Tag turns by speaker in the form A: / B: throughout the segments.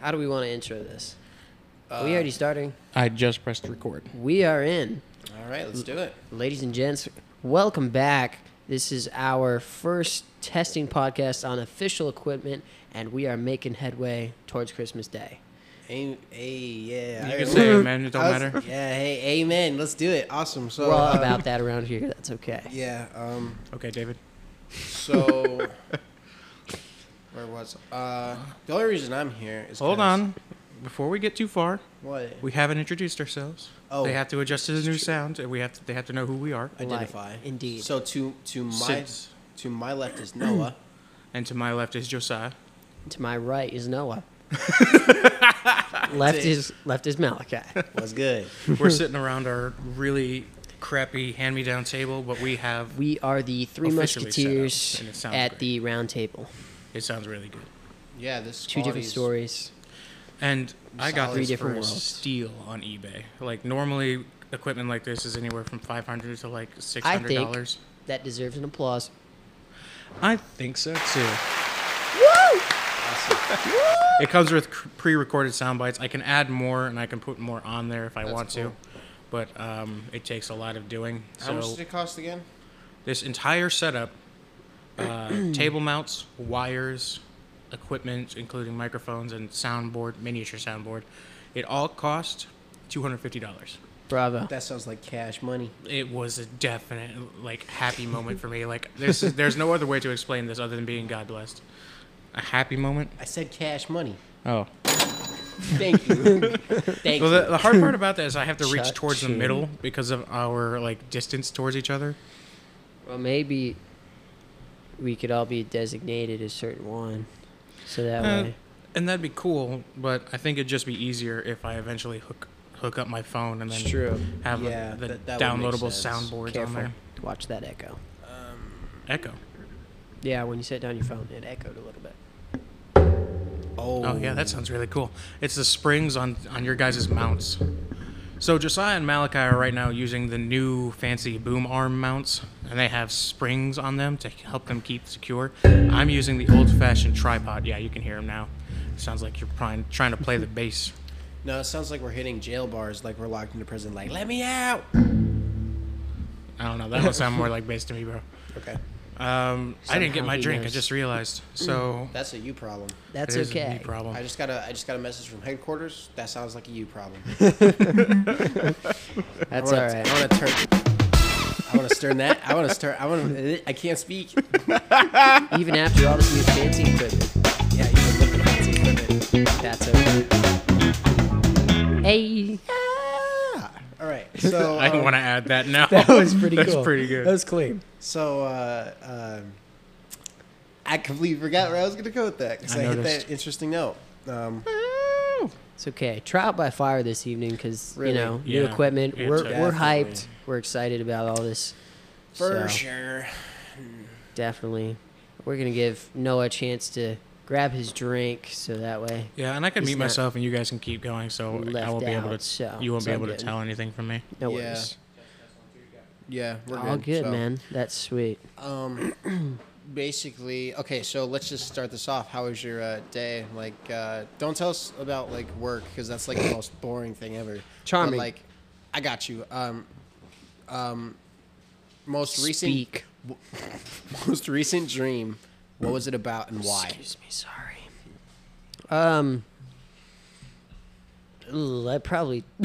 A: How do we want to intro this?
B: Uh,
A: we already starting.
B: I just pressed record.
A: We are in.
C: All right, let's do it.
A: Ladies and gents, welcome back. This is our first testing podcast on official equipment, and we are making headway towards Christmas Day.
C: Hey, hey yeah.
B: You
C: I-
B: can say it, man. It don't
C: I was-
B: matter.
C: Yeah, hey, amen. Let's do it. Awesome. So,
A: We're all
C: uh,
A: about that around here. That's okay.
C: yeah. Um,
B: Okay, David.
C: so, where was uh? The only reason I'm here is
B: Hold
C: 'cause-
B: on. Before we get too far,
C: What?
B: we haven't introduced ourselves.
C: Oh.
B: They have to adjust to the new sound, and we have to, they have to know who we are.
C: identify.
A: Like, indeed.
C: So to to my
B: Since-
C: to my left is Noah.
B: And to my left is Josiah.
A: To my right is Noah. left
C: it.
A: is left is Malachi.
C: What's good?
B: We're sitting around our really crappy hand-me-down table, but we have.
A: We are the three
B: Officially set up,
A: musketeers
B: and it sounds
A: at
B: great.
A: the round table.
B: It sounds really good.
C: Yeah, this
A: Two different
C: quality's-
A: stories.
B: And I got
C: Solid.
B: this
A: Three different
B: for a
A: worlds.
B: steal on eBay. Like normally, equipment like this is anywhere from five hundred to like six
A: I
B: hundred
A: think
B: dollars.
A: that deserves an applause.
B: I think so too.
A: Woo!
B: It comes with cr- pre-recorded sound bites. I can add more and I can put more on there if I want to,
C: cool.
B: but um, it takes a lot of doing.
C: How
B: so
C: much did it cost again?
B: this entire setup, uh, table mounts, wires, equipment, including microphones and soundboard, miniature soundboard, it all cost two hundred fifty dollars.
A: Bravo.
C: That sounds like cash money.
B: It was a definite like happy moment for me. Like this is there's no other way to explain this other than being God blessed. A happy moment.
C: I said cash money.
B: Oh.
C: Thank you.
A: Thank
B: Well,
A: you.
B: the, the hard part about that is I have to reach
A: Cha-ching.
B: towards the middle because of our like distance towards each other.
A: Well, maybe we could all be designated a certain one, so that
B: Uh,
A: way.
B: and that'd be cool, but I think it'd just be easier if I eventually hook hook up my phone and then
C: It's true.
B: have a-
C: Yeah,
B: the
C: that- that would make
B: downloadable
C: sense.
B: soundboards on
A: Careful.
B: there.
A: Watch that echo.
C: Um,
B: Echo.
A: Yeah, when you set down your phone, it echoed a little bit.
C: Oh,
B: Oh yeah, that sounds really cool. It's the springs on on your guys' mounts. So Josiah and Malachi are right now using the new fancy boom arm mounts, and they have springs on them to help them keep secure. I'm using the old-fashioned tripod. Yeah, you can hear him now. Sounds like you're trying trying to play the bass.
C: No, it sounds like we're hitting jail bars, like we're locked into prison. Like, let me out.
B: I don't know. That would sound more like bass to me, bro.
C: Okay,
B: Um, I didn't get
A: Somehow
B: my
A: he
B: drink. I
A: knows.
B: just realized. So
C: that's a you problem.
A: That's
B: it is a me
A: okay.
B: problem.
C: I just got a I just got a message from headquarters. That sounds like a you problem.
A: That's
C: I
A: all
C: wanna,
A: right.
C: I want to turn. I want to turn that. I want to turn. I want to. I can't speak. Yeah,
A: Even after all this new fancy equipment,
C: you can look at fancy equipment.
A: that's okay. Hey.
C: Ah, all right. So
B: I
C: um,
B: want to add that now.
A: That was pretty
B: That's
A: cool.
B: pretty good.
A: That was clean.
C: So uh, um, I completely forgot where I was going to go with that because
B: I
C: I, hit
B: noticed.
C: that interesting note. Um,
A: It's okay. Trial by fire this evening because
C: Really?
A: you know new
B: Yeah.
A: equipment.
B: Yeah,
A: we're
B: totally.
A: we're
C: Definitely.
A: hyped. We're excited about all this.
C: for
A: So,
C: sure.
A: Definitely, we're gonna give Noah a chance to grab his drink, so that way
B: Yeah, and I can
A: He's
B: mute
A: not
B: myself, and you guys can keep going. So I
A: left
B: won't be able
A: out,
B: to.
A: so
B: you won't
A: it's
B: be
A: all
B: able
A: good.
B: to tell anything from me.
A: no
C: Yeah.
A: worries.
C: Yeah, we're
A: All good,
C: so.
A: man. That's sweet.
C: Um, basically, okay. So let's just start this off. How was your uh, day? Like, uh, don't tell us about like work because that's like the most boring thing ever.
A: Charming.
C: But, like, I got you. Um, um, most recent,
A: Speak.
C: most recent dream. What was it about and why?
A: Excuse me. Sorry. Um. ooh, I probably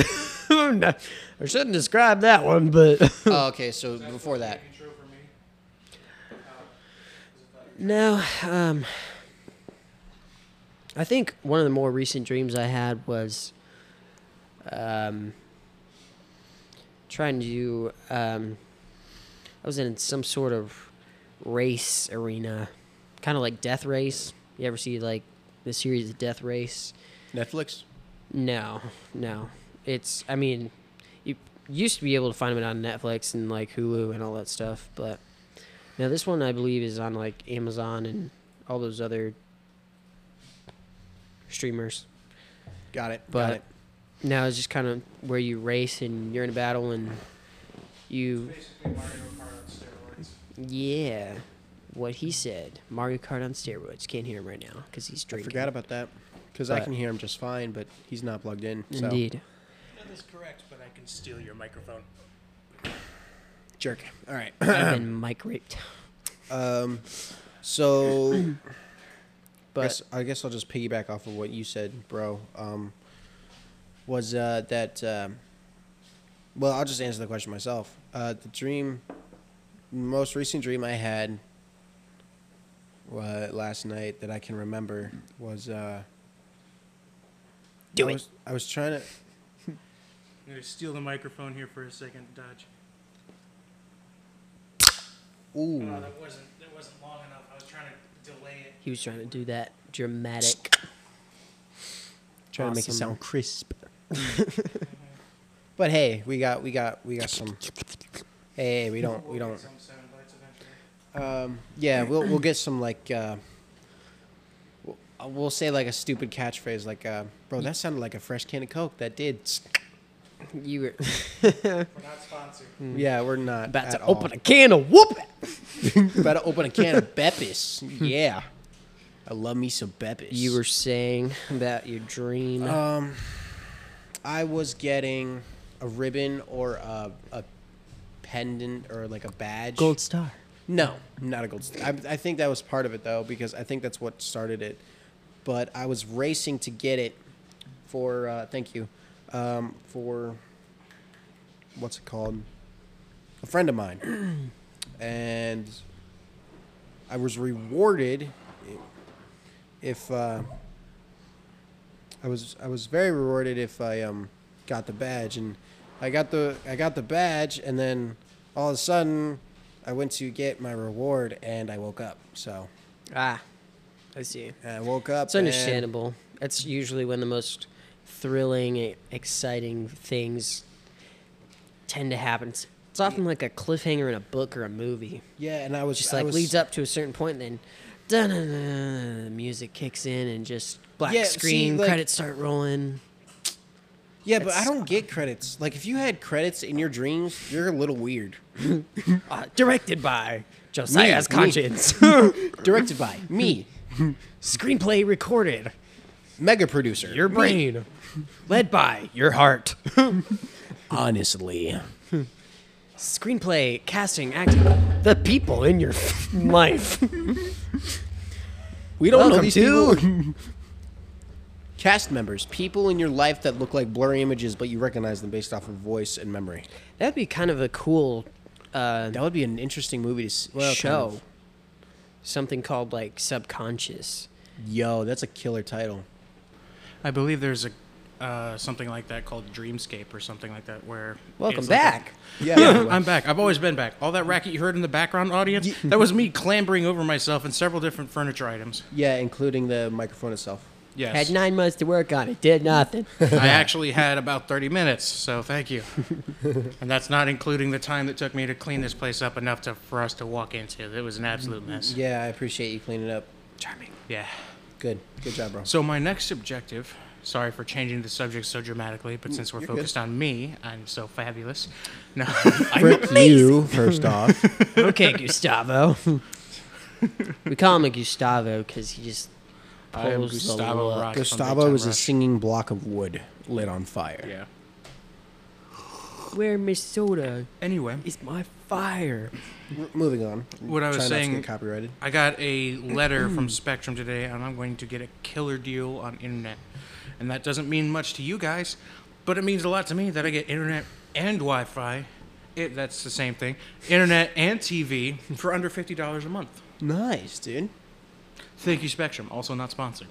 A: no, I shouldn't describe that one, but
C: oh, okay. So before that,
A: No, um, I think one of the more recent dreams I had was um, trying to. Um, I was in some sort of race arena, kind of like Death Race. You ever see like the series Death Race?
C: Netflix.
A: No, no. It's I mean, you used to be able to find it on Netflix and like Hulu and all that stuff, but now this one I believe is on like Amazon and all those other streamers.
C: Got it. got
A: But
C: it.
A: now it's just kind of where you race and you're in a battle and you yeah, what he said, Mario Kart on steroids. Can't hear him right now because he's
C: I
A: drinking.
C: forgot about that. because I
A: But-
C: can hear him just fine, but he's not plugged in. So.
A: Indeed.
B: That is correct, but I can steal your microphone.
C: Jerk. All right.
A: I've been mic raped.
C: Um, so,
A: But-
C: I guess, I guess I'll just piggyback off of what you said, bro. Um, was uh, that? um well, I'll just answer the question myself. Uh, the dream, most recent dream I had uh, last night that I can remember was. Uh,
A: Do
C: I
A: it.
C: was, I was trying to.
B: I'm gonna steal the microphone here for a second, Dodge.
C: Ooh.
B: No, Uh, that wasn't that wasn't long enough. I was trying to delay it.
A: He was trying to do that dramatic.
C: trying to make it
A: Awesome.
C: sound crisp. but hey, we got we got we got some. Hey, we don't we
B: We'll
C: don't.
B: get some sound bites eventually.
C: Um, yeah, we'll we'll get some like. Uh, we'll- uh, we'll say like a stupid catchphrase like, uh, "Bro, that sounded like a fresh can of Coke." That did.
A: You were
B: We're not sponsored.
C: Yeah, we're not
A: Mm. about
C: at
A: to
C: all.
A: open a can of whoop.
C: about to open a can of Beppis. Yeah, I love me some Beppis.
A: Hmm. You were saying about your dream.
C: Um, I was getting a ribbon or a, a pendant or like a badge.
A: star.
C: No, not a gold. st- I, I think that was part of it though, because I think that's what started it. But I was racing to get it for uh, thank you, um, for what's it called? A friend of mine, and I was rewarded if uh, I was I was very rewarded if I um got the badge and I got the I got the badge and then all of a sudden I went to get my reward and I woke up. So
A: Ah, I see.
C: and I woke up.
A: It's understandable. That's usually when the most thrilling, e- exciting things tend to happen. It's, it's often like a cliffhanger in a book or a movie.
C: And, yeah, and I was
A: Just
C: I
A: like
C: was,
A: leads up to a certain point, and then dun-dun-dun, the music kicks in and just black
C: Yeah, see,
A: screen,
C: like-
A: credits start rolling.
C: Yeah, but I
A: It's-
C: don't get credits. Like if you had credits in your dreams, you're a little weird.
A: Uh, directed by Josiah's
C: me.
A: Conscience.
C: Directed by me,
A: Screenplay recorded.
C: mega producer.
A: Your brain. Led by your heart.
C: honestly.
A: Screenplay, casting, acting. The people in your life.
C: We don't know
A: Welcome
C: these
A: to-
C: people. Cast members, people in your life that look like blurry images, but you recognize them based off of voice and memory.
A: That'd be kind of a cool uh,
C: That would be an interesting movie to s- well,
A: show.
C: kind of.
A: Something called like subconscious.
C: Yo, that's a killer title.
B: I believe there's a uh, something like that called Dreamscape or something like that where.
A: Welcome
B: it's like a-
A: back.
C: Yeah,
B: Yeah, I'm back. I've always been back. All that racket you heard in the background audience, that was me clambering over myself and several different furniture items.
C: yeah, including the microphone itself.
B: Yes.
A: Had nine months to work on it. Did nothing.
B: I actually had about 30 minutes, so thank you. and that's not including the time that took me to clean this place up enough to, for us to walk into. It was an absolute mess.
C: Yeah, I appreciate you cleaning it up.
A: Charming.
B: Yeah.
C: Good, good job, bro.
B: So, my next objective sorry for changing the subject so dramatically, but since we're focused on me, I'm so fabulous. No.
C: Frick you, first off.
A: Okay, Gustavo. we call him a Gustavo because he just
B: I am
A: pulls the
B: Gustavo
A: look.
B: Rock. from Big
C: Gustavo
B: Time
C: is a
B: Rush.
C: singing block of wood lit on fire.
B: Yeah.
A: Where Miss Soda
B: Anyway,
A: is my fire.
C: R- moving on.
B: What I was
C: Try not
B: saying-
C: to get copyrighted.
B: I got a letter from Spectrum today, and I'm going to get a killer deal on internet. And that doesn't mean much to you guys, but it means a lot to me that I get internet and Wi-Fi. It, that's the same thing. Internet and TV for under fifty dollars a month.
C: Nice, dude.
B: Thank you, Spectrum. Also not sponsored.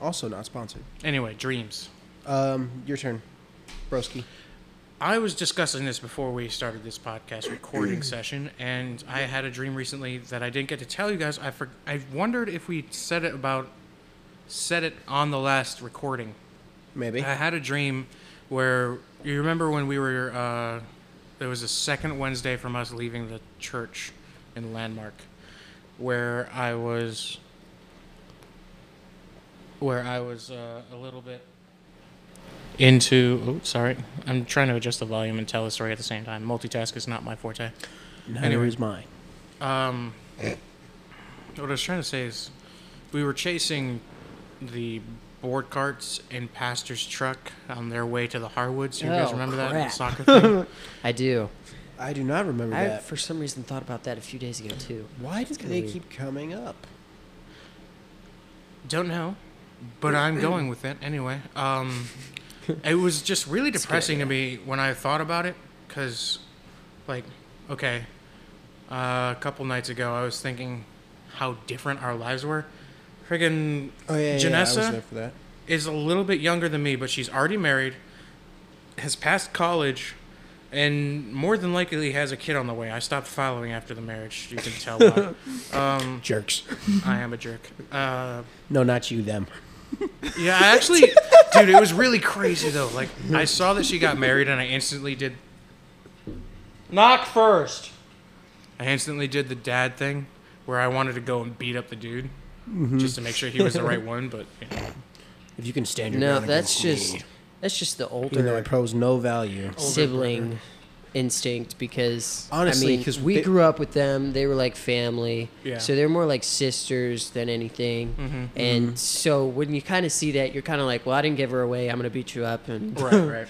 C: Also not sponsored.
B: Anyway, dreams.
C: Um, your turn, broski.
B: I was discussing this before we started this podcast recording session, and I had a dream recently that I didn't get to tell you guys. I for, I wondered if we said it about said it on the last recording.
C: Maybe.
B: I had a dream where you remember when we were uh, there was a second Wednesday from us leaving the church in Landmark, where I was where I was uh, a little bit into. Oh, sorry, I'm trying to adjust the volume and tell the story at the same time. Multitask is not my forte.
C: Neither
B: anyway.
C: is mine.
B: Um, what I was trying to say is, we were chasing the board carts and pastor's truck on their way to the Harwoods. You
A: Oh,
B: guys remember
A: crap.
B: that soccer thing?
A: I do.
C: I do not remember
A: I
C: that.
A: for some reason thought about that a few days ago too.
C: Why do
A: kinda
C: they
A: weird.
C: keep coming up?
B: Don't know, but I'm going with it anyway. Um, it was just really depressing to me when I thought about it because, like, okay, uh, a couple nights ago I was thinking how different our lives were. Friggin'
C: Oh yeah,
B: Janessa
C: I was there for that.
B: is a little bit younger than me, but she's already married, has passed college, and more than likely has a kid on the way. I stopped following after the marriage. You can tell why. um,
C: Jerks.
B: I am a jerk. Uh,
C: No, not you. Them.
B: yeah, I actually, dude, it was really crazy though. Like, I saw that she got married, and I instantly did. Knock first. I instantly did the dad thing, where I wanted to go and beat up the dude,
A: Mm-hmm.
B: just to make sure he was the right one. But you know,
C: If you can stand your
A: No,
C: ground
A: that's
C: against
A: just
C: me.
A: that's just the
C: even though I
A: older
C: pose no value.
A: sibling instinct because
C: Honestly,
A: I mean,
C: 'cause
A: we
C: they-
A: grew up with them. They were like family,
B: Yeah.
A: so they're more like sisters than anything.
C: Mm-hmm.
A: And so when you kind of see that, you're kind of like, "Well, I didn't give her away. I'm gonna beat you up and
B: right, right,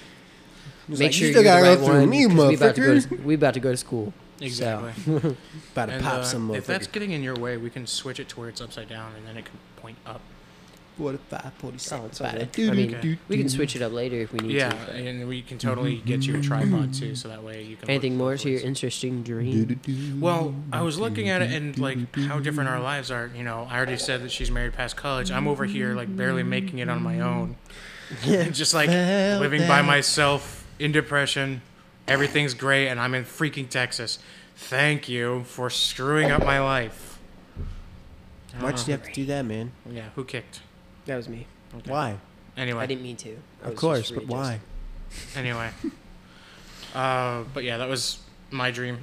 A: make
C: like,
A: sure
C: "You
A: you
C: still
A: are the
C: gotta
A: right
C: go through
A: one."
C: me,
A: 'cause we about to go to
C: motherfucker.
A: s- we about to go to school. So,
B: exactly.
C: About to
B: And,
C: pop
B: uh,
C: some
B: if that's
C: motherfucker.
B: getting in your way, we can switch it to where it's upside down, and then it can point up.
C: Forty-five, forty-seven,
A: Oh, it's
C: something
A: about
C: like
A: it.
C: that.
A: I mean,
B: Okay.
A: we
C: Mm-hmm.
A: can switch it up later if we need
B: Yeah,
A: to. but-
B: and we can totally get you a tripod too, so that way you can. look
A: Mm-hmm. Anything more to your
B: upwards.
A: interesting dream?
B: Well, I was looking at it and like how different our lives are. You know, I already said that she's married past college. I'm over here like barely making it on my own, just like
C: Fell
B: living by
C: down.
B: myself in depression. Everything's great, and I'm in freaking Texas. Thank you for screwing up my life.
C: Why did you have to do that, man?
B: Yeah, who kicked?
A: That was me.
C: Why?
B: Anyway,
A: I didn't mean to. I
C: Of
A: was
C: course,
A: just
C: but why?
B: anyway. Uh, but yeah, that was my dream.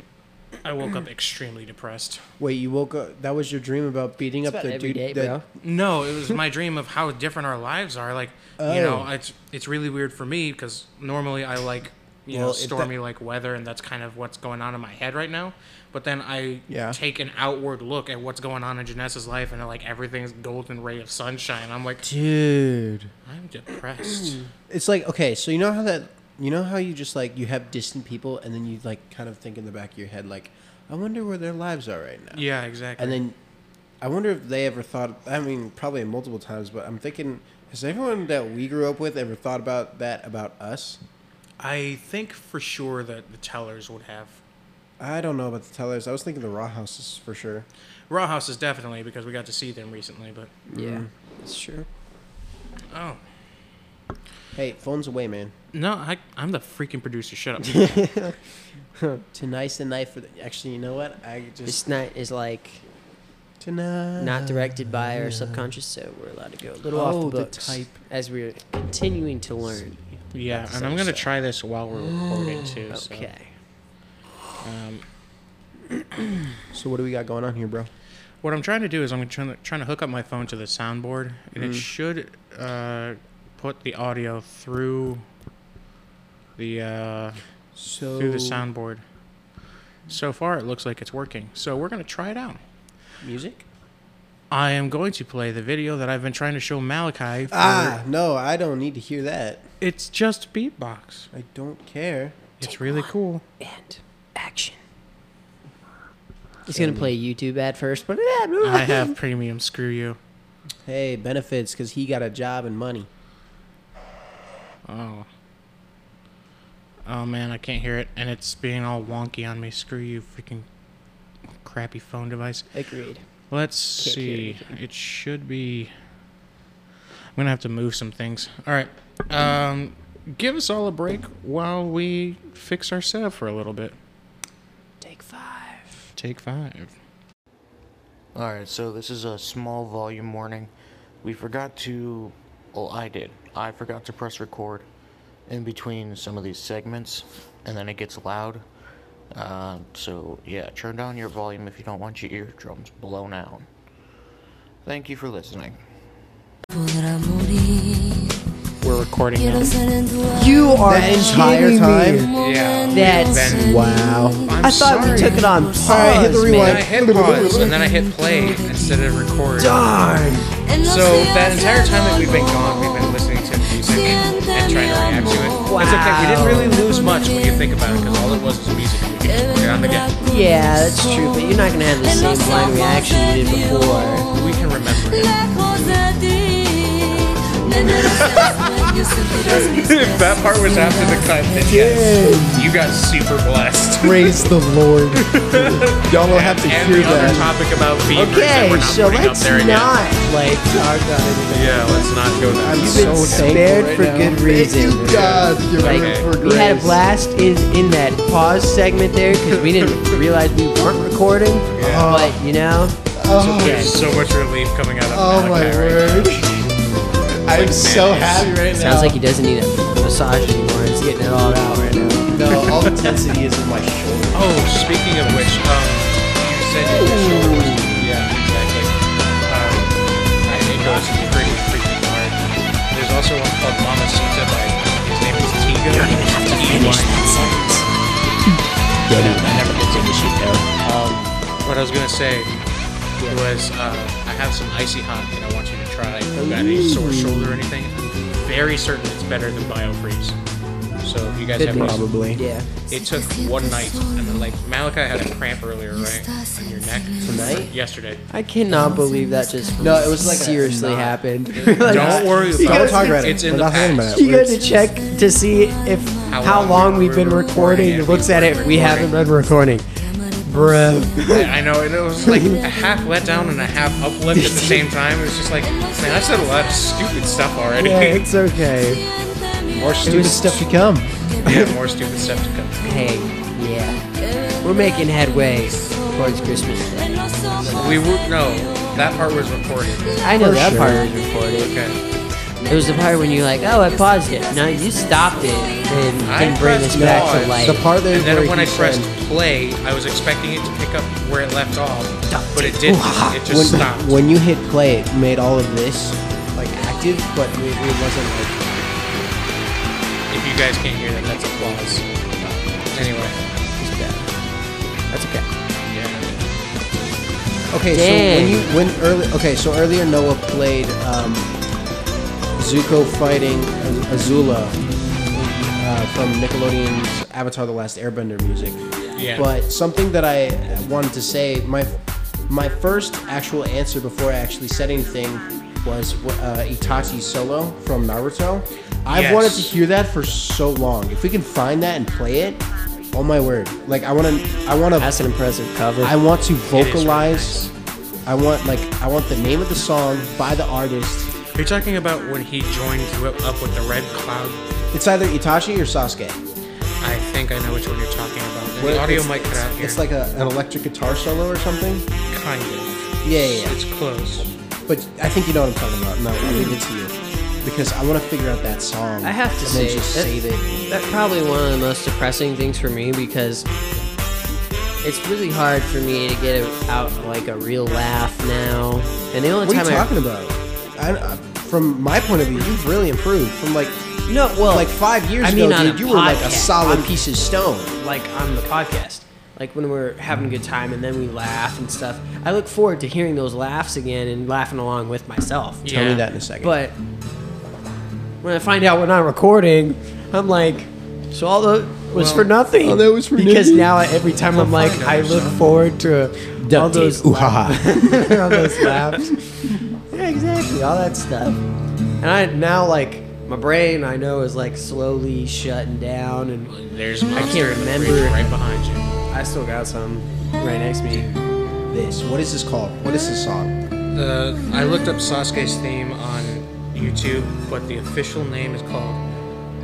B: I woke up extremely depressed.
C: Wait, you woke up. That was your dream about beating
A: It's about
C: up the
A: every day,
C: dude. that,
A: bro.
B: No, it was my dream of how different our lives are. Like, you know,
C: Oh.
B: it's it's really weird for me because normally I like you
C: Well,
B: know
C: it- that-
B: stormy like weather, and that's kind of what's going on in my head right now. But then I
C: Yeah.
B: take an outward look at what's going on in Janessa's life, and like everything's golden ray of sunshine. I'm like,
C: Dude,
B: I'm depressed.
C: it's like okay. So you know how that you know how you just like you have distant people, and then you like kind of think in the back of your head like, I wonder where their lives are right now.
B: yeah, exactly.
C: And then I wonder if they ever thought. I mean, probably multiple times, but I'm thinking, has everyone that we grew up with ever thought about that about us?
B: I think for sure that the tellers would have.
C: I don't know about the tellers. I was thinking the raw houses for sure.
B: Raw House is definitely because we got to see them recently, but
A: Yeah,
C: Mm-hmm.
A: that's true.
B: oh
C: Hey, phones away, man.
B: no, I I'm the freaking producer. Shut up.
C: Tonight's the night for. The, actually, you know what? I just
A: This night is like
C: tonight.
B: Uh,
A: not directed by our subconscious, so we're allowed to go a little
C: Oh,
A: off
C: the
A: the books
C: type.
A: as we're continuing to learn.
B: Yeah,
A: That's
B: and I'm
A: so
B: gonna
A: sad.
B: try this while we're recording too.
A: Okay.
B: So, um,
C: So what do we got going on here, bro?
B: what I'm trying to do is I'm trying to trying to hook up my phone to the soundboard, and
A: Mm.
B: it should uh, put the audio through the uh,
C: So
B: through the soundboard. So far, it looks like it's working. So we're gonna try it out.
C: music.
B: I am going to play the video that I've been trying to show Malachi. For,
C: Ah, no, I don't need to hear that.
B: it's just beatbox.
C: I don't care.
B: It's really cool.
A: And action. He's gonna play a YouTube ad first, but
B: I have premium. Screw you.
C: Hey, benefits, cause he got a job and money.
B: Oh. Oh man, I can't hear it, and it's being all wonky on me. Screw you, freaking crappy phone device.
A: agreed.
B: Let's
A: Can't hear
B: see. It should be. I'm gonna have to move some things. All right. Um, give us all a break while we fix our setup for a little bit.
A: Take five.
B: Take five.
D: All right, so this is a small volume warning. We forgot to, well, I did. I forgot to press record in between some of these segments, and then it gets loud. Uh, so yeah, turn down your volume if you don't want your eardrums blown out. Thank you for listening.
E: podrá morir.
C: We're
F: recording now.
G: You are
C: That entire
G: kidding
C: time?
G: Me.
B: Yeah.
G: That's-
B: Then-
C: Wow.
B: I'm
G: I thought
B: sorry.
G: we took it on pause.
C: All right, hit the
G: man.
B: And I
C: rewind.
B: hit pause and then I hit play instead of record.
G: Darn.
B: So that entire time that we've been gone, we've been listening to music and trying to react to it. It's okay. We didn't really lose much when you think about it, because all it was was music. We could put it on again.
G: Yeah, that's true, but you're not gonna have the same blind reaction you did before.
B: We can remember it. that part was after the cut. Then yes, you got super blessed.
C: Praise the Lord. Y'all will have to hear
B: Every other
C: that.
B: topic about fevers that we're
G: Okay,
B: not
G: so
B: putting
G: let's
B: up there again.
G: not like talk about anything.
B: Yeah, let's not go there.
C: I'm
G: You've been
C: so thankful
G: spared
C: right
G: for
C: now.
G: good reason.
C: Thank you, God. You're
G: Like,
C: right for
G: we had a
C: grace.
G: blast in, in that pause segment there because we didn't realize we weren't recording. But you know,
C: Oh,
B: There's so much relief coming out of
C: oh my
B: Malachi right
C: word. I'm so happy right now.
G: sounds like he doesn't need a massage anymore. He's getting it all out right now.
C: No, all the intensity is in my shoulder.
B: Oh, speaking of which, um, you said you were sure it was- Yeah, exactly. Um, and it goes pretty freaking hard. There's also one called Mamacita by his name is Tigo. You don't even have to finish that sentence. I never did finish it though. Um, what I was gonna say was uh, I have some icy hot that I want you to try. If you got any sore shoulder or anything, I'm very certain it's better than Biofreeze. So if you guys
G: Could
B: have
G: be.
B: used-
C: Probably.
G: Yeah.
B: it took one night, and then, like Malachi had a cramp earlier, right, on your neck
C: Tonight?
B: yesterday.
G: I cannot believe that just
C: No, it was like a
G: seriously
C: knot.
G: happened.
B: Don't worry about
G: You guys
C: Don't
B: it.
C: talk about it.
B: It's in
C: We're
B: the
C: not talking
B: past.
C: about it.
G: You go to check to see if
B: How
G: how,
B: long
G: long,
B: we
G: we've been
B: were recording,
G: recording.
B: if
G: It
B: we
G: looks at
B: were
G: it. We haven't been recording, bruh.
B: I know, and it was like a half letdown and a half uplift at the same time. It was just like, man, I said a lot of stupid stuff already.
G: Yeah, it's okay.
B: more
G: It
B: stupid
G: was stuff to come.
B: Yeah, more stupid stuff to come.
G: Hey, yeah, we're making headway towards Christmas.
B: We were no, that part was recorded.
G: I know
C: For
G: that
C: sure.
G: part was recorded.
B: Okay,
G: It was the part when you're like, "Oh, I paused it." No, you stopped it and
B: I
G: didn't bring
B: pressed
G: us back
B: pause.
G: to life.
C: The part that
B: and
C: where
B: then when
C: he
B: I pressed
C: said-
B: play, I was expecting it to pick up where it left off, but it didn't. It just
C: when,
B: stopped.
C: when you hit play, it made all of this like active, but it, it wasn't like
B: If you guys can't hear that, that's applause. Anyway,
G: That's okay.
B: yeah.
C: okay.
G: Dang.
C: So when you when early okay, so earlier Noah played um, Zuko fighting Az- Azula uh, from Nickelodeon's Avatar: The Last Airbender music.
B: Yeah.
C: But something that I wanted to say, my my first actual answer before I actually said anything was uh, Itachi Solo from Naruto. I've
B: Yes.
C: wanted to hear that for so long. If we can find that and play it, oh my word! Like I want to, I want to,
G: That's an impressive cover.
C: I want to
B: really
C: vocalize. I want like I want the name of the song by the artist.
B: Are you talking about when he joined you up up with the Red Cloud?
C: It's either Itachi or Sasuke.
B: I think I know which one you're talking about. And
C: Where
B: the audio
C: it's-
B: might cut out here.
C: It's like a, an electric guitar solo or something.
B: kind of.
C: Yeah, yeah, yeah.
B: It's close.
C: But I think you know what I'm talking about. No, I'll leave it to you. Because I want to figure out that song.
A: I have to
C: and
A: say
C: Then just
A: that-
C: save it.
A: That's probably one of the most depressing things for me because it's really hard for me to get a, out like a real laugh now. And the only
C: What are you
A: time I
C: talking about? I, I, from my point of view, you've really improved. From like
A: no, well,
C: like five years
A: I mean
C: ago,
A: on
C: dude,
A: a
C: you were like a
A: podcast.
C: solid
A: On-
C: piece of stone.
A: like on the podcast, like when we're having a good time and then we laugh and stuff. I look forward to hearing those laughs again and laughing along with myself.
B: Yeah.
C: Tell me that in a second.
A: But when I find out we're not recording, I'm like, so all that was for nothing.
C: all oh, that was for
A: because
C: nothing.
A: now every time I'm like, I look forward to all those,
C: ooh,
A: laugh-
C: ha, ha.
A: all those laughs. Yeah, exactly, all that stuff. And I now like my brain, I know, is like slowly shutting down, and
B: There's I
A: can't remember.
B: right behind you.
A: I still got some right next to me.
C: this. What is this called? What is this song?
B: Uh, I looked up Sasuke's theme on YouTube, but the official name is called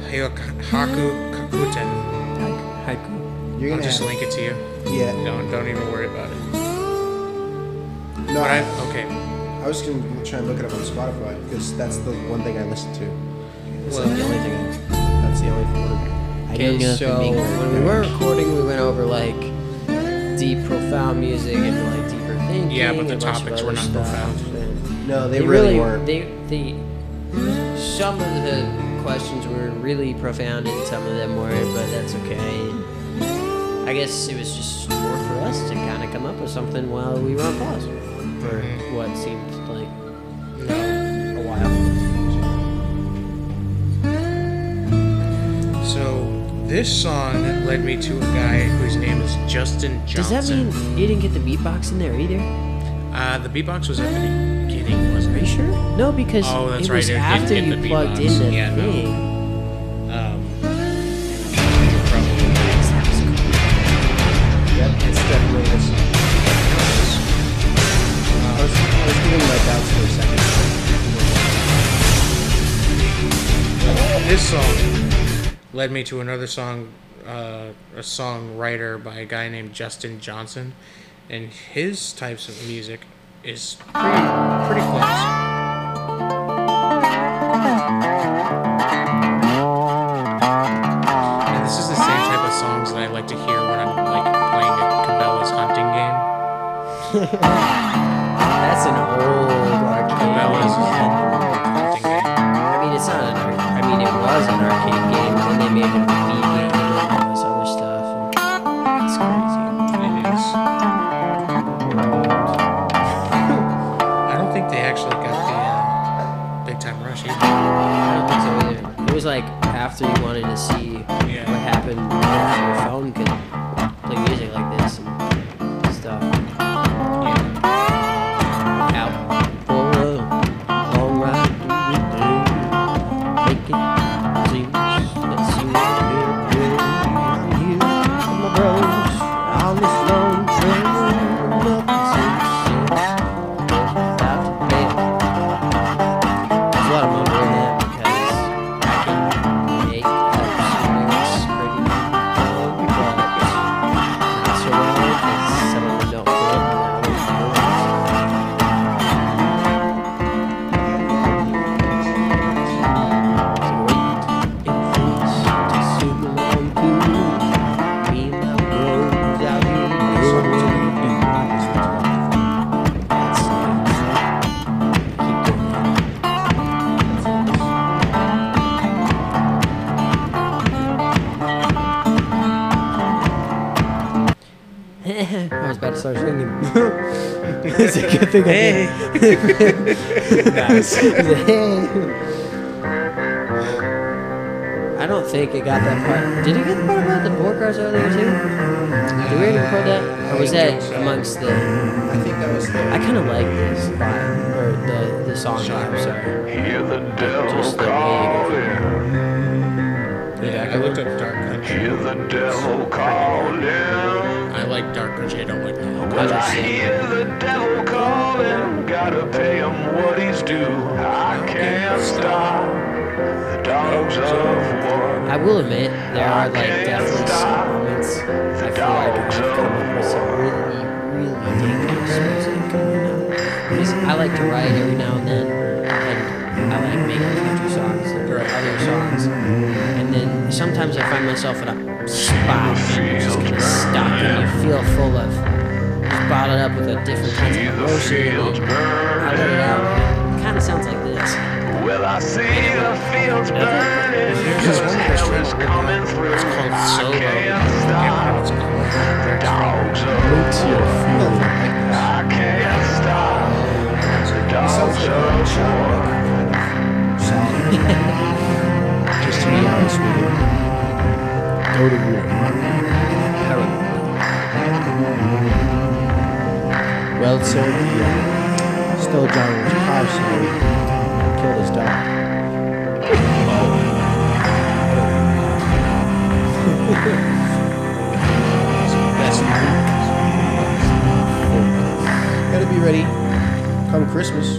B: Haku Kakuten.
A: Haiku.
C: You're
B: I'll
C: gonna
B: just
C: have-
B: link it to you.
C: Yeah.
B: Don't don't even worry about it.
C: No,
B: But I
C: I,
B: okay.
C: I was gonna try and look it up on Spotify because that's the one thing I listen to. It's
B: Well-
C: like the only thing. I, that's the only thing. I don't know
A: Okay,
C: if you're
A: so
C: being heard
A: when we
C: there.
A: were recording, we went over like deep, profound music and like deeper thinking.
B: Yeah, but the
A: a bunch of
B: topics were
A: other
B: not
A: stuff,
B: profound.
A: and
C: No, they, really, weren't.
A: They, they, some of the questions were really profound and some of them were, but that's okay. I guess it was just more for us to kind of come up with something while we were on pause for
B: Mm-hmm.
A: what seemed like a while.
B: So this song led me to a guy whose name is Justin
A: Does
B: Johnson.
A: that mean you didn't get the beatbox in there either?
B: Uh, the beatbox was at the beginning, wasn't
A: Are you
B: it?
A: sure? No, because
B: Oh, that's
A: it
B: right,
A: was
B: it didn't
A: after
B: get
A: you
B: the
A: plugged
B: beatbox.
A: in the
B: Yeah, no.
A: thing.
B: Um, probably.
C: Yep, it's definitely this. I was, I was giving my doubts for a second.
B: This song led me to another song, uh, a songwriter by a guy named Justin Johnson, and his types of music is pretty, pretty close. And this is the same type of songs that I like to hear when I'm like playing a Cabela's hunting game.
A: That's an old arcade
B: Cabela's
A: game.
B: hunting game.
A: I mean, it's not an arcade. I mean, it was an arcade game, and then they made it a Wii game and all this other stuff. And it's crazy.
B: It is. I don't think they actually got the uh, big time rush either.
A: I don't think so either. It was like after you wanted to see
B: Yeah.
A: what happened if your phone could play music like this and stuff.
B: Yeah.
A: Out for a long ride through the day. Take it serious. Let's see what it is. I'm here with my bros on this long train. Nothing serious. About to fail. There's a lot of mumble in that because I can make up songs pretty well, but not so well because some of them don't fit and others do. So wait, influence to sing along to me and my bros out here in the world. That's nice. Keep doing that. I was about to start singing. it's a good thing I did. I don't think it got that part. Did it get the part about the board cars earlier too? Did we already record that? Or was that amongst the?
C: I think that was the.
A: I kind of like this vibe or the the song. I'm sorry.
H: Hear the
A: Just the
H: devil
A: way.
H: calling.
B: Yeah, I looked up Dark Country.
H: Hear the devil calling.
B: I like Dark Country. I don't like Dark Country.
H: Well, I hear the devil calling. Gotta pay him what he's due. I can't stop the dogs of war.
A: I will admit there are like definitely some moments I feel like I've come up with some really, really dangerous music. you know? Because I like to write every now and then, and I like making country songs or other songs, and then sometimes I find myself in a spot and I'm just kind of stuck, and I feel full of just bottled up with a different kinds of
H: The
A: emotion.
H: fields
A: and I let it
H: burning.
A: out. It kind of sounds like this.
H: Well, I see the fields burning. Cause hell is coming through.
B: It's called Solo.
H: I can't
B: Yeah,
H: stop
B: it's called.
H: the dogs of I can't stop the dogs of war.
I: Just to be honest with you, go to war.
C: Well, sir, the uh, stole John Wayne's car, so he killed his dog. Gotta be ready come Christmas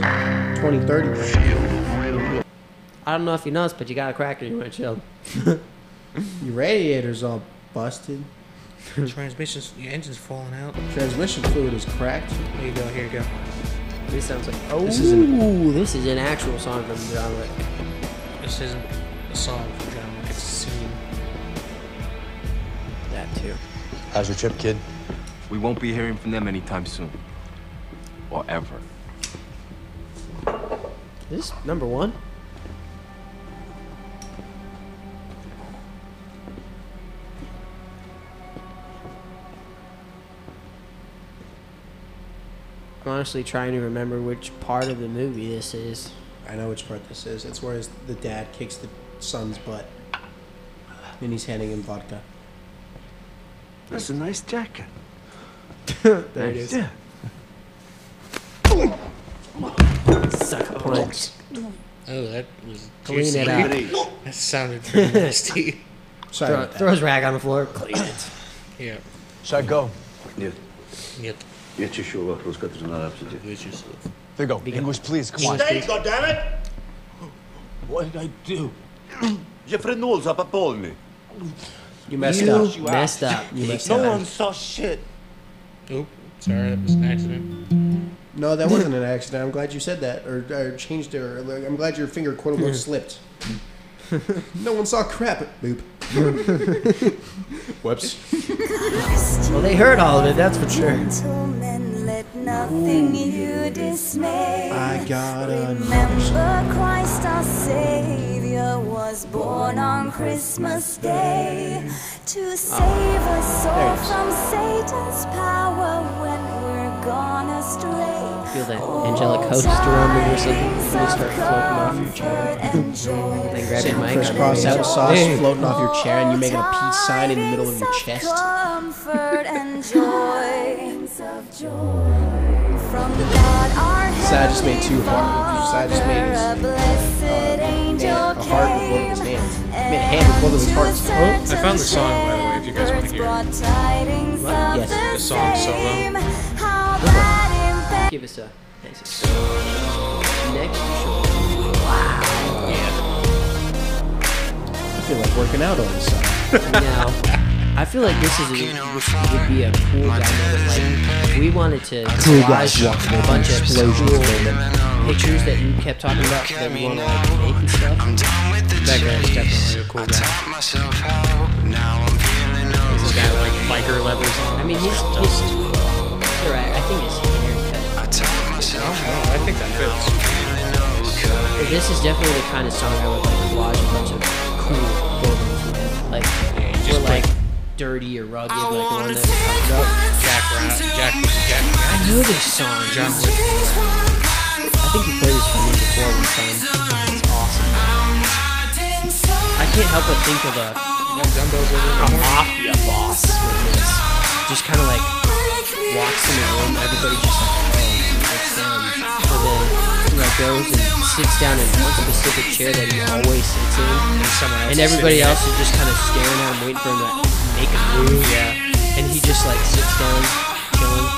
C: 2030.
A: I don't know if you noticed, but you got a crack in your windshield.
C: Your radiator's all busted.
B: Transmission's, your engine's falling out.
C: Transmission fluid is cracked.
B: Here you go, here you go.
A: This sounds like oh, this is an, this is an actual song from John Wick.
B: This isn't a song from John Wick, it's a scene.
A: That too.
J: How's your trip, kid?
K: We won't be hearing from them anytime soon. Or ever.
A: Is this number one? honestly trying to remember which part of the movie this is.
C: I know which part this is. It's where his, the dad kicks the son's butt, and he's handing him vodka.
L: That's a nice jacket.
C: There it is.
L: Yeah.
A: Suck a punch.
D: Oh, that was
A: Clean it up.
D: That sounded very nasty.
C: Sorry.
A: Throw,
C: about that.
A: throw his rag on the floor. Clean it.
D: Yeah.
I: Psycho.
H: Нет,
D: Нет,
H: нет еще вопрос, который надо обсудить.
D: вычислил.
I: There you go. English, please. Come on.
H: Stay, goddammit! What did I do? Jeffrenuza, пополни.
C: You messed
A: you
C: up.
A: messed up.
C: You messed
H: No
C: up.
H: one saw shit.
D: Oop, sorry, that was an accident.
C: No, that wasn't an accident. I'm glad you said that or, or changed it. Or like, I'm glad your finger quote unquote slipped. no one saw crap. Boop. Whoops.
A: Well, they heard all of it. That's for sure.
G: Gentlemen, let nothing
A: Oh,
G: you dismay.
C: I got a
G: Remember, Christ our Savior was born on Christmas Day to save us
A: Ah,
G: all from Satan's power when we're gone astray.
A: Feel that angelic host around me or something.
G: Times of comfort and joy.
A: Then grab your
C: Same
A: mic.
C: crisscross out sauce
A: Hey.
C: floating off your chair, and you making a peace sign in the middle of your chest.
G: Comfort and joy. From God our
C: So I just made two hearts. So I just made his,
G: Father, a blessed angel
C: a heart with one of his hands. I made a hand with one of his hearts.
G: I
B: Oh, found the song, by the way, if you guys wanna hear it.
G: Yes,
C: Yes.
B: The song solo.
A: Give us a. Nice. Next. Sure.
C: I feel like working out on this side.
A: Now, I feel like this is a, this would be a cool dynamic. Like, we wanted to collage a bunch of cool pictures that you kept talking about that we want to like, make and stuff.
D: That guy's definitely a cool guy. This guy with like biker leathers on.
A: I mean, he's, he's you're right. I think his haircut.
B: I think that fits.
A: But This is definitely the kind of song I would like collage a bunch of cool photos with. Like,
B: just
A: we're like dirty or rugged, like the one that.
B: Jack Brown. Jack Jack.
A: I know this song.
B: John
A: I think you played this for me before one time. It's awesome. I can't help but think of a a mafia boss with this. Just kind of like walks in the room, everybody just like, oh, it's them. But then he like goes and sits down in one specific chair that he always sits in, and everybody else is just kind of staring at him, waiting for him to make a move. Yeah. And he just like sits down, chilling.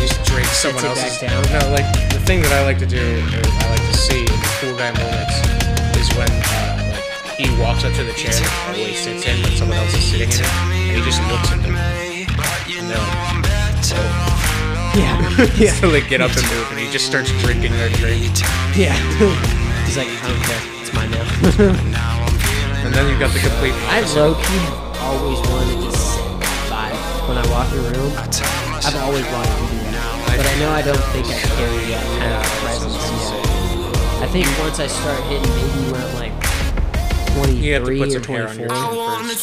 B: just drink someone
A: Sets it back
B: else's
A: down.
B: No, like the thing that I like to do, or I like to see in cool guy moments, is when uh, like he walks up to the chair that he sits in, but someone else is sitting in it, and he just looks at them. And they're like, oh.
A: Yeah. yeah.
B: So they get up and move, and he just starts drinking their drink.
A: Yeah. He's like, I don't care. It's mine now.
B: And then you've got the complete.
A: I low key have always wanted to sit vibe when I walk in a room. I've always wanted to do that. But I know I don't think I carry that kind of presence yet. I think once I start hitting maybe when I'm like 23
B: You have
A: or
B: to put some hair on your
A: 24.
B: chin first.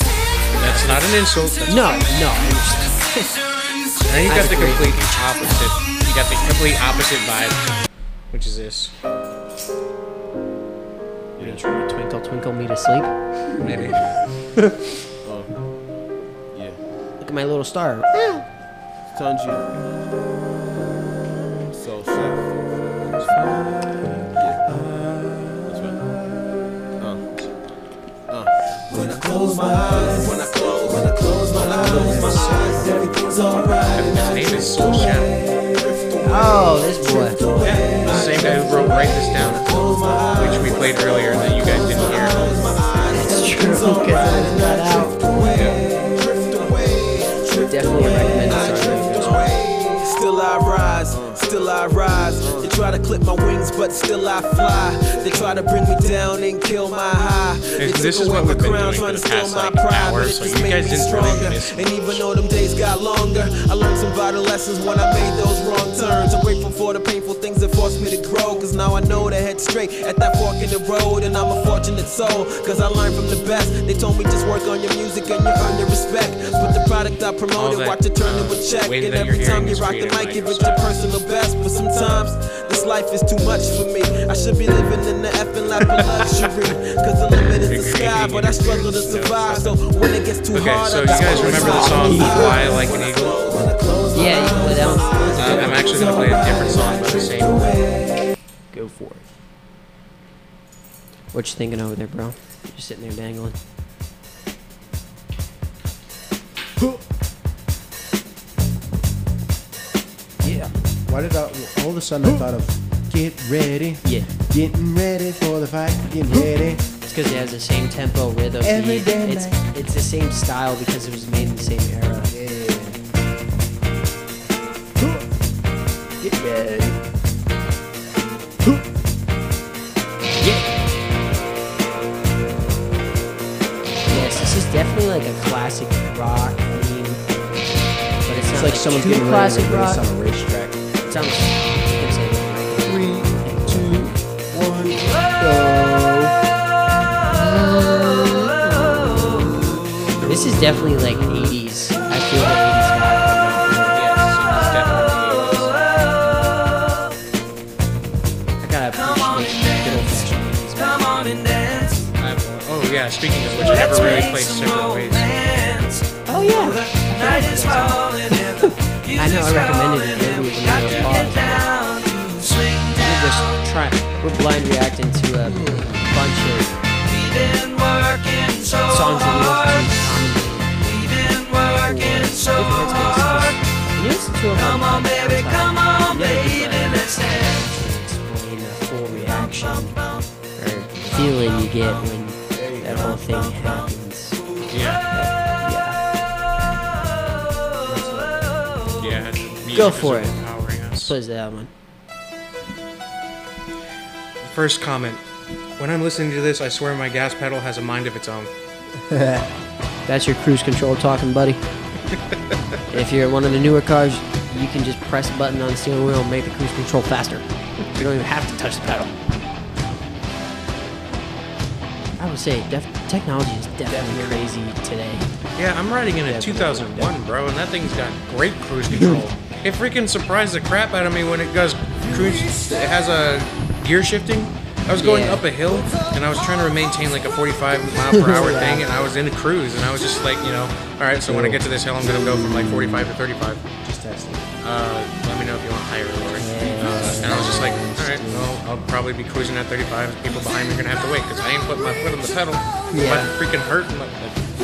B: That's not an insult. That's
A: No, no. I understand.
B: And then you
A: I
B: got the
A: agree.
B: complete opposite. You got the complete opposite vibe, which is this.
A: Are you trying to twinkle, twinkle me to sleep?
H: Maybe. oh. Yeah.
A: Look at my little star.
H: Tanji. So sick.
B: His name is Soul Shadow.
A: Oh, this boy.
B: The same guy who wrote Write This Down, which we played earlier that you guys didn't hear.
A: That's true. 'cause I was not out. Definitely recommend this song.
M: Still I rise, still I rise. They try to clip my wings, but still I fly. They try to bring me down and kill my high.
N: This, this is what we've been doing for the past like hour, so you guys didn't really miss
M: And even though them days got longer, I learned some vital lessons when I made those wrong turns. I'm grateful for the painful things that forced me to grow. Cause now I know to head straight at that fork in the road. And I'm a fortunate soul, cause I learned from the best. They told me just work on your music and you earn their respect. But the product I promoted,
N: that,
M: watch it turn
N: uh,
M: to a check.
N: way
M: And
N: that you're
M: every time
N: hearing
M: you
N: is
M: rock the
N: created by
M: mic, give it your personal best. But sometimes this life is too much for me. I should be living in the effing lap of luxury. Cause the limit is the sky, but I struggle to survive. So when it gets too
N: Okay,
M: hard,
N: so
M: I
N: you
M: just
N: guys
M: go
N: remember the
M: inside.
N: song "Fly Like an Eagle"?
A: Yeah, you can play that one.
N: Um, I'm actually gonna play a different song by the same.
A: Go for it. What you thinking over there, bro? Just sitting there dangling.
C: Yeah. Why did I? All of a sudden, I thought of get ready. Yeah. Getting ready for the fight. Getting ready.
A: It's because it has the same tempo, rhythm,
C: Every
A: beat.
C: day
A: It's it's the same style because it was made in the same era.
C: Yeah.
A: Get ready. Yes, this is definitely like a classic rock theme, but it's
C: It's,
A: not
C: like, someone's
A: too
C: getting ready to
A: classic rock.
C: race on a racetrack.
A: It sounds. It's like
C: Three, two, one,
A: go. This is definitely like 80s. I feel like 80s. I gotta appreciate good old fashioned.
O: Come on and dance.
N: Oh yeah, speaking of which, I never really played separate ways.
O: Oh yeah. Night is falling and the
A: I know I recommended it. Maybe we can make a pause.
O: down to swing
A: We're just trying. We're blind reacting to a bunch of
O: been working so
A: songs
O: hard.
A: that
O: We've been working so hard.
A: we listen to.
O: Come on baby, come on baby, let's dance.
A: explain the full reaction or feeling you get when that whole thing happens.
N: Yeah. the
A: Go
N: music
A: for
N: is
A: it.
N: empowering us.
A: Plays that one.
B: First comment. When I'm listening to this, I swear my gas pedal has a mind of its own.
A: That's your cruise control talking, buddy. if you're in one of the newer cars, you can just press a button on the steering wheel and make the cruise control faster. You don't even have to touch the pedal. I would say def- technology is definitely crazy today.
B: Yeah, I'm riding in a 2001, bro, and that thing's got great cruise control. it freaking surprised the crap out of me when it does cruise. It has a gear shifting. I was going
N: Yeah.
B: up a hill, and I was trying to maintain like a 45 mile per hour
N: Yeah.
B: thing, and I was in a cruise, and I was just like, you know, all right. So when I get to this hill, I'm gonna go from like 45 to 35.
C: Just testing.
B: Uh, let me know if you want higher or lower. Uh, and I was just like, all right, well, I'll probably be cruising at 35. and People behind me are gonna have to wait because I ain't putting my foot on the pedal.
A: Yeah.
B: My freaking hurt. My,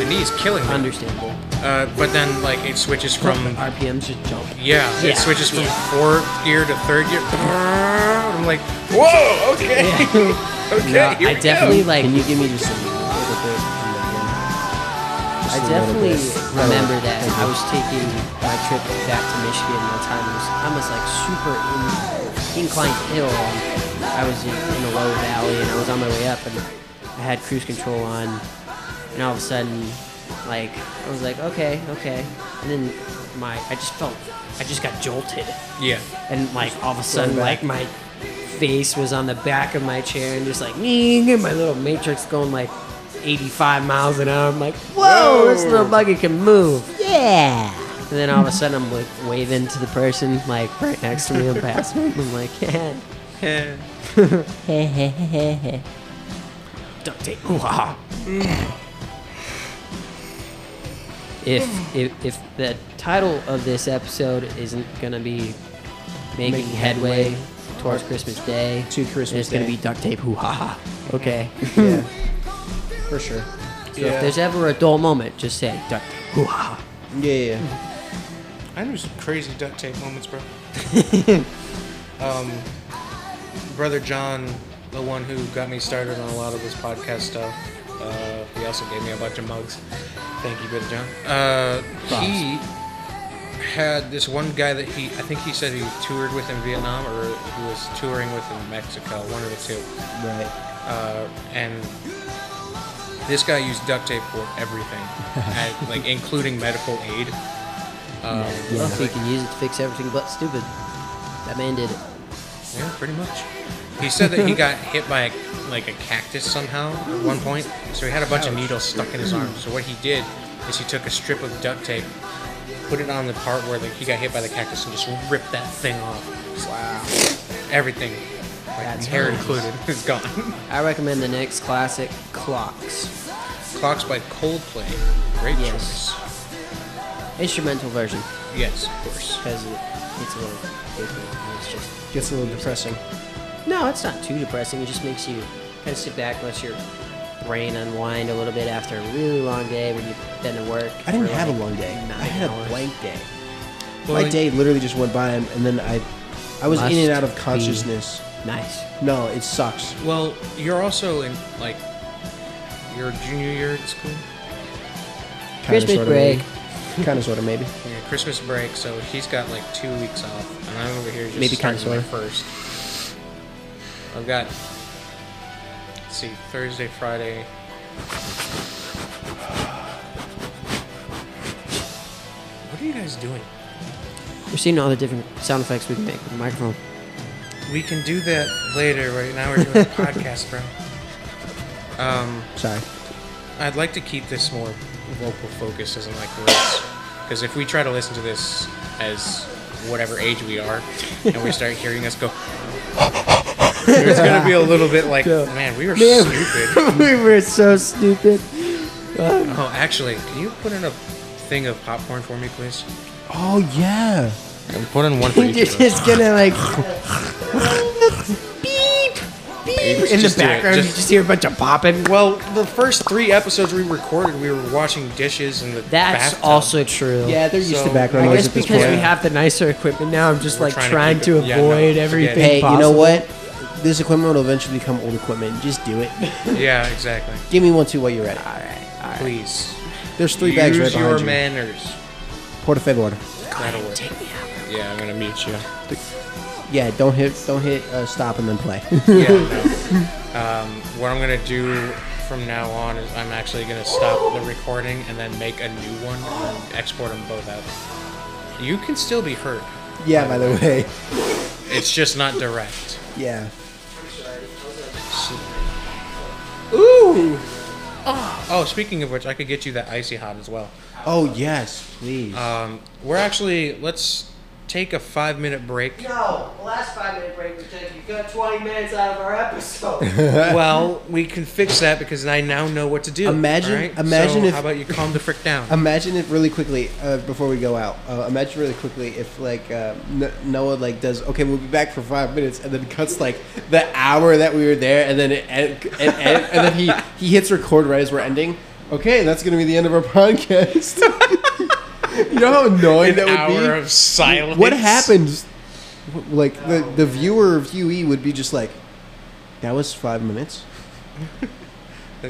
B: my knee's killing me.
A: Understandable.
B: Uh, but then like it switches from
A: RPMs just jump.
B: Yeah,
A: Yeah,
B: it switches from
A: yeah.
B: fourth gear to third gear. I'm like, whoa, okay, okay.
A: No,
B: here
A: I
B: we
A: definitely
B: go.
A: like.
C: Can you give me just a little bit? from the beginning?
A: I
C: Just a little
A: definitely
C: bit.
A: remember that
C: Thank
A: I
C: you.
A: was taking my trip back to Michigan. My time was almost like super in, inclined hill. I was in, in a low valley and I was on my way up and I had cruise control on, and all of a sudden, like I was like, okay, okay, and then my I just felt I just got jolted.
B: Yeah.
A: And like all of a
E: Thrown
A: sudden,
E: back.
A: like my face was on the back of my chair and just like "Ning," and my little matrix going like 85 miles an hour. I'm like, whoa, this little buggy can move. Yeah. And then all of a sudden, I'm like waving to the person like right next to me and past me. I'm like, yeah. Duct tape. Ooh-ha. If, if if the title of this episode isn't gonna be making,
E: Making
A: headway,
E: Headway
A: towards Christmas Day,
C: to Christmas
A: it's gonna
C: Day.
A: be duct tape. Hoo ha ha. Okay.
C: Yeah. For sure.
A: So if there's ever a dull moment, just say duct tape. Hoo ha.
C: Yeah, yeah.
B: I knew some crazy duct tape moments, bro. um, brother John, the one who got me started on a lot of this podcast stuff. Uh, he also gave me a bunch of mugs. Thank you, brother John. Uh, he had this one guy that he, I think he said he toured with in Vietnam or he was touring with in Mexico, one of the two.
C: Right.
B: Uh, and This guy used duct tape for everything, at, like including medical aid. Um,
A: yeah, so you can use it to fix everything but stupid. That man did it.
B: Yeah, pretty much. He said that he got hit by a, like a cactus somehow at one point, so he had a bunch of needles stuck in his arm. So what he did is he took a strip of duct tape, put it on the part where like he got hit by the cactus, and just ripped that thing off. Wow. Everything, like,
A: That's
B: hair
A: nice.
B: included, is gone.
A: I recommend the next classic, Clocks.
B: Clocks by Coldplay. Great
A: yes. Instrumental version.
B: Yes, of course.
A: Because it, it's a little different. and It's just
C: Gets a little depressing.
A: no, it's not too depressing. It just makes you kind of sit back, lets your brain unwind a little bit after a really long day when you've been to work.
C: I didn't
A: for,
C: have a
A: like,
C: long day.
A: nine
C: I had
A: hours.
C: a blank day.
A: Well,
C: My
A: you-
C: day literally just went by, and and then I, I was in
A: Must
C: and out of
A: be
C: consciousness.
A: Nice.
C: No, it sucks.
B: Well, you're also in like your junior year at school.
A: Christmas break.
C: Kind of, sort of, maybe.
B: Yeah, Christmas break, so he's got like two weeks off, and I'm over here just
C: Maybe
B: maybe
C: kinda
B: starting my
C: sorta.
B: first. I've got let's see Thursday, Friday. What are you guys doing?
A: We're seeing all the different sound effects we can make with the microphone.
B: We can do that later. Right now, we're doing a podcast, bro. Um,
C: Sorry.
B: I'd like to keep this more vocal focused as in like words. Because if we try to listen to this as whatever age we are, and we start hearing us go, it's gonna be a little bit like, man, we were stupid.
A: we were so stupid. Um,
B: oh, actually, can you put in a thing of popcorn for me, please?
C: Oh yeah.
B: And put in one for
A: You're
B: each of us.
A: just gonna like
B: Just
A: in the
B: do it.
A: background. you just hear a bunch of popping.
B: Well, the first three episodes we recorded, we were washing dishes in the
A: That's
B: bathtub.
A: also true.
C: Yeah, they're used
B: So-
C: to background
A: I
C: noise
A: guess
C: at this
A: because
C: point.
A: we have the nicer equipment now, I'm just
B: We're
A: like
B: trying
A: trying,
B: to
A: to,
B: keep it- yeah, no,
A: avoid
B: forget it.
A: everything.
C: Hey, you know
A: possible.
C: what? This equipment will eventually become old equipment. Just do it.
B: Yeah, exactly.
C: Give me one too while you're at it.
B: Please.
C: There's three bags right
B: Use
C: behind
B: your
C: you.
B: manners.
C: Portafave order.
B: That'll work. Yeah, I'm gonna mute you.
C: Yeah, don't hit, don't hit, uh, stop and then play.
B: yeah. no. Um, what I'm gonna do from now on is I'm actually gonna stop the recording and then make a new one and then export them both out. You can still be heard.
C: yeah. By the way,
B: It's just not direct.
C: yeah.
B: So-
C: Ooh.
B: Oh, speaking of which, I could get you that icy hot as well.
C: Oh yes, please.
B: Um, we're actually let's take a five minute break.
P: No, the last five minute break we took, you got 20 minutes out of our episode.
B: well, we can fix that because I now know what to do.
C: Imagine-
B: all right?
C: imagine
B: So
C: if-
B: how about you calm the frick down?
C: Imagine if really quickly uh, before we go out. Uh, imagine really quickly if like uh, N- Noah like does okay, we'll be back for five minutes, and then cuts like the hour that we were there, and then it and, and, and, and then he he hits record right as we're ending. Okay, that's gonna be the end of our podcast. you know how annoying
B: An
C: that would be.
B: hour of silence.
C: What happens? w- Like the the viewer of UE would be just like, that was five minutes.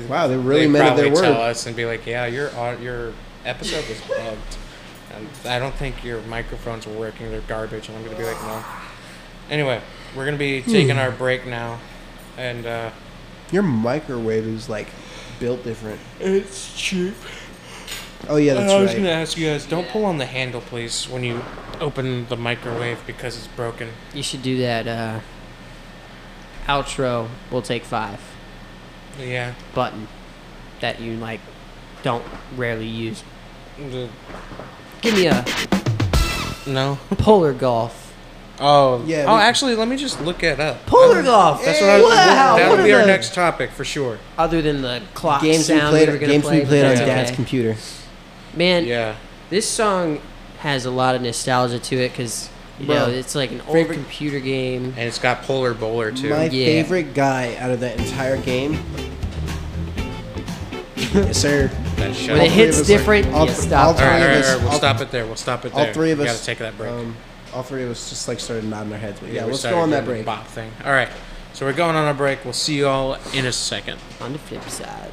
C: Wow, they really
B: They'd
C: meant it their
B: probably
C: word.
B: Tell us and be like, yeah, your au- your episode was bugged. And I don't think your microphones were working. They're garbage. And I'm gonna be like, no. Anyway, we're gonna
C: Hmm.
B: be taking our break now, and uh,
C: Your microwave is like built different.
B: it's cheap.
C: Oh yeah, that's
B: I was
C: right.
B: gonna ask you guys, don't pull on the handle, please, when you open the microwave because it's broken.
A: You should do that uh, outro. We'll take five
B: Yeah,
A: button that you like don't rarely use.
B: the-
A: Give me a
B: no.
A: polar golf.
B: Oh,
C: Yeah,
B: Oh,
C: we-
B: actually, let me just look it up.
A: Polar golf.
B: That's what I was.
A: Wow,
B: That'll
A: what
B: be
A: are
B: our
A: the-
B: next topic for sure.
A: Other than the clock
C: games we
A: sound
C: played,
A: we were gonna
C: games
A: play,
C: we played
A: but
C: on
A: that's
C: Dad's
A: okay.
C: computer.
A: Man,
B: Yeah.
A: this song has a lot of nostalgia to it because you
C: Bro,
A: know it's like an old
C: favorite-
A: computer game.
B: And it's got Polar Bowler too.
C: My
A: Yeah.
C: favorite guy out of that entire game. yes, sir.
B: That
A: When it
B: shot.
C: hit-
A: hits
C: of us are-
A: different,
C: all
A: you
C: th-
A: stop.
C: all
B: All
C: three
B: right, all
C: of
B: right,
C: us-
B: all right. We'll
C: all-
B: stop it there. We'll stop it
C: All
B: there.
C: three of
B: We
C: us.
B: gotta take that break.
C: Um, all three of us just like started nodding our heads. But yeah,
B: we
C: let's
B: started
C: go on that
B: doing the
C: break.
B: Bop thing. All right. So we're going on a break. We'll see you all in a second.
A: On the flip side.